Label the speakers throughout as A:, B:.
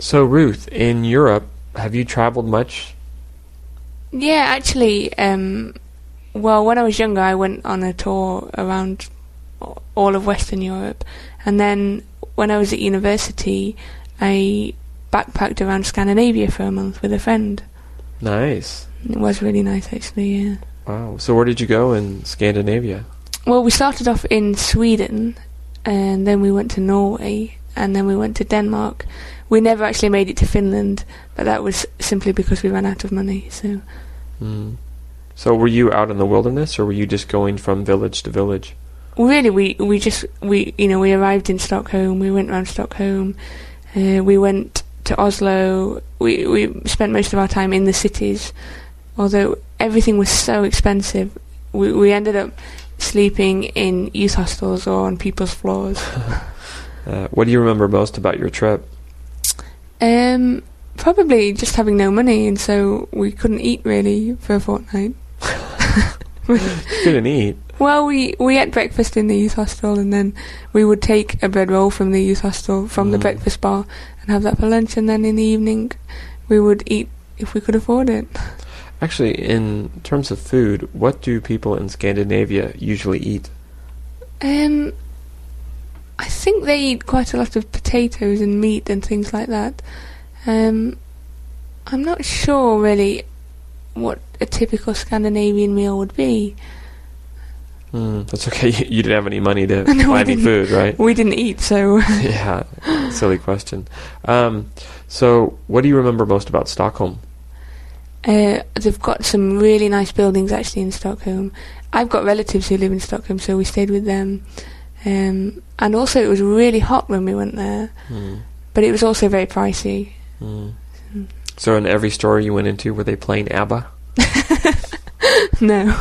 A: So, Ruth, in Europe, have you traveled much?
B: Yeah, actually, um, well, when I was younger, I went on a tour around all of Western Europe, and then when I was at university, I backpacked around Scandinavia for a month with a friend.
A: Nice.
B: It was really nice, actually. Yeah.
A: Wow. So, where did you go in Scandinavia?
B: Well, we started off in Sweden, and then we went to Norway, and then we went to Denmark. We never actually made it to Finland, but that was simply because we ran out of money. So,
A: Mm. So, were you out in the wilderness, or were you just going from village to village?
B: really, we we just we you know we arrived in Stockholm. We went round Stockholm. Uh, we went to Oslo. We we spent most of our time in the cities, although everything was so expensive. We we ended up sleeping in youth hostels or on people's floors.
A: Uh, what do you remember most about your trip?
B: Um, probably just having no money, and so we couldn't eat really for a fortnight.
A: You didn't eat.
B: Well, we we ate breakfast in the youth hostel, and then we would take a bread roll from the youth hostel from the
A: Mm.
B: breakfast bar and have that for lunch, and then in the evening we would eat if we could afford it.
A: Actually, in terms of food, what do people in Scandinavia usually eat?
B: Um, I think they eat quite a lot of potatoes and meat and things like that. Um, I'm not sure really what a typical Scandinavian meal would be.
A: Mm, that's okay. You, you didn't have any money to
B: No,
A: buy
B: I
A: any
B: didn't.
A: food, right?
B: We didn't eat, so
A: yeah. Silly question. Um, so, what do you remember most about Stockholm?
B: uh, they've got some really nice buildings actually in Stockholm. I've got relatives who live in Stockholm, so we stayed with them. Um, and also, it was really hot when we went there,
A: Mm,
B: but it was also very pricey.
A: mm. So, in every store you went into, were they playing ABBA?
B: no,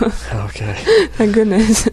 A: Okay.
B: thank goodness.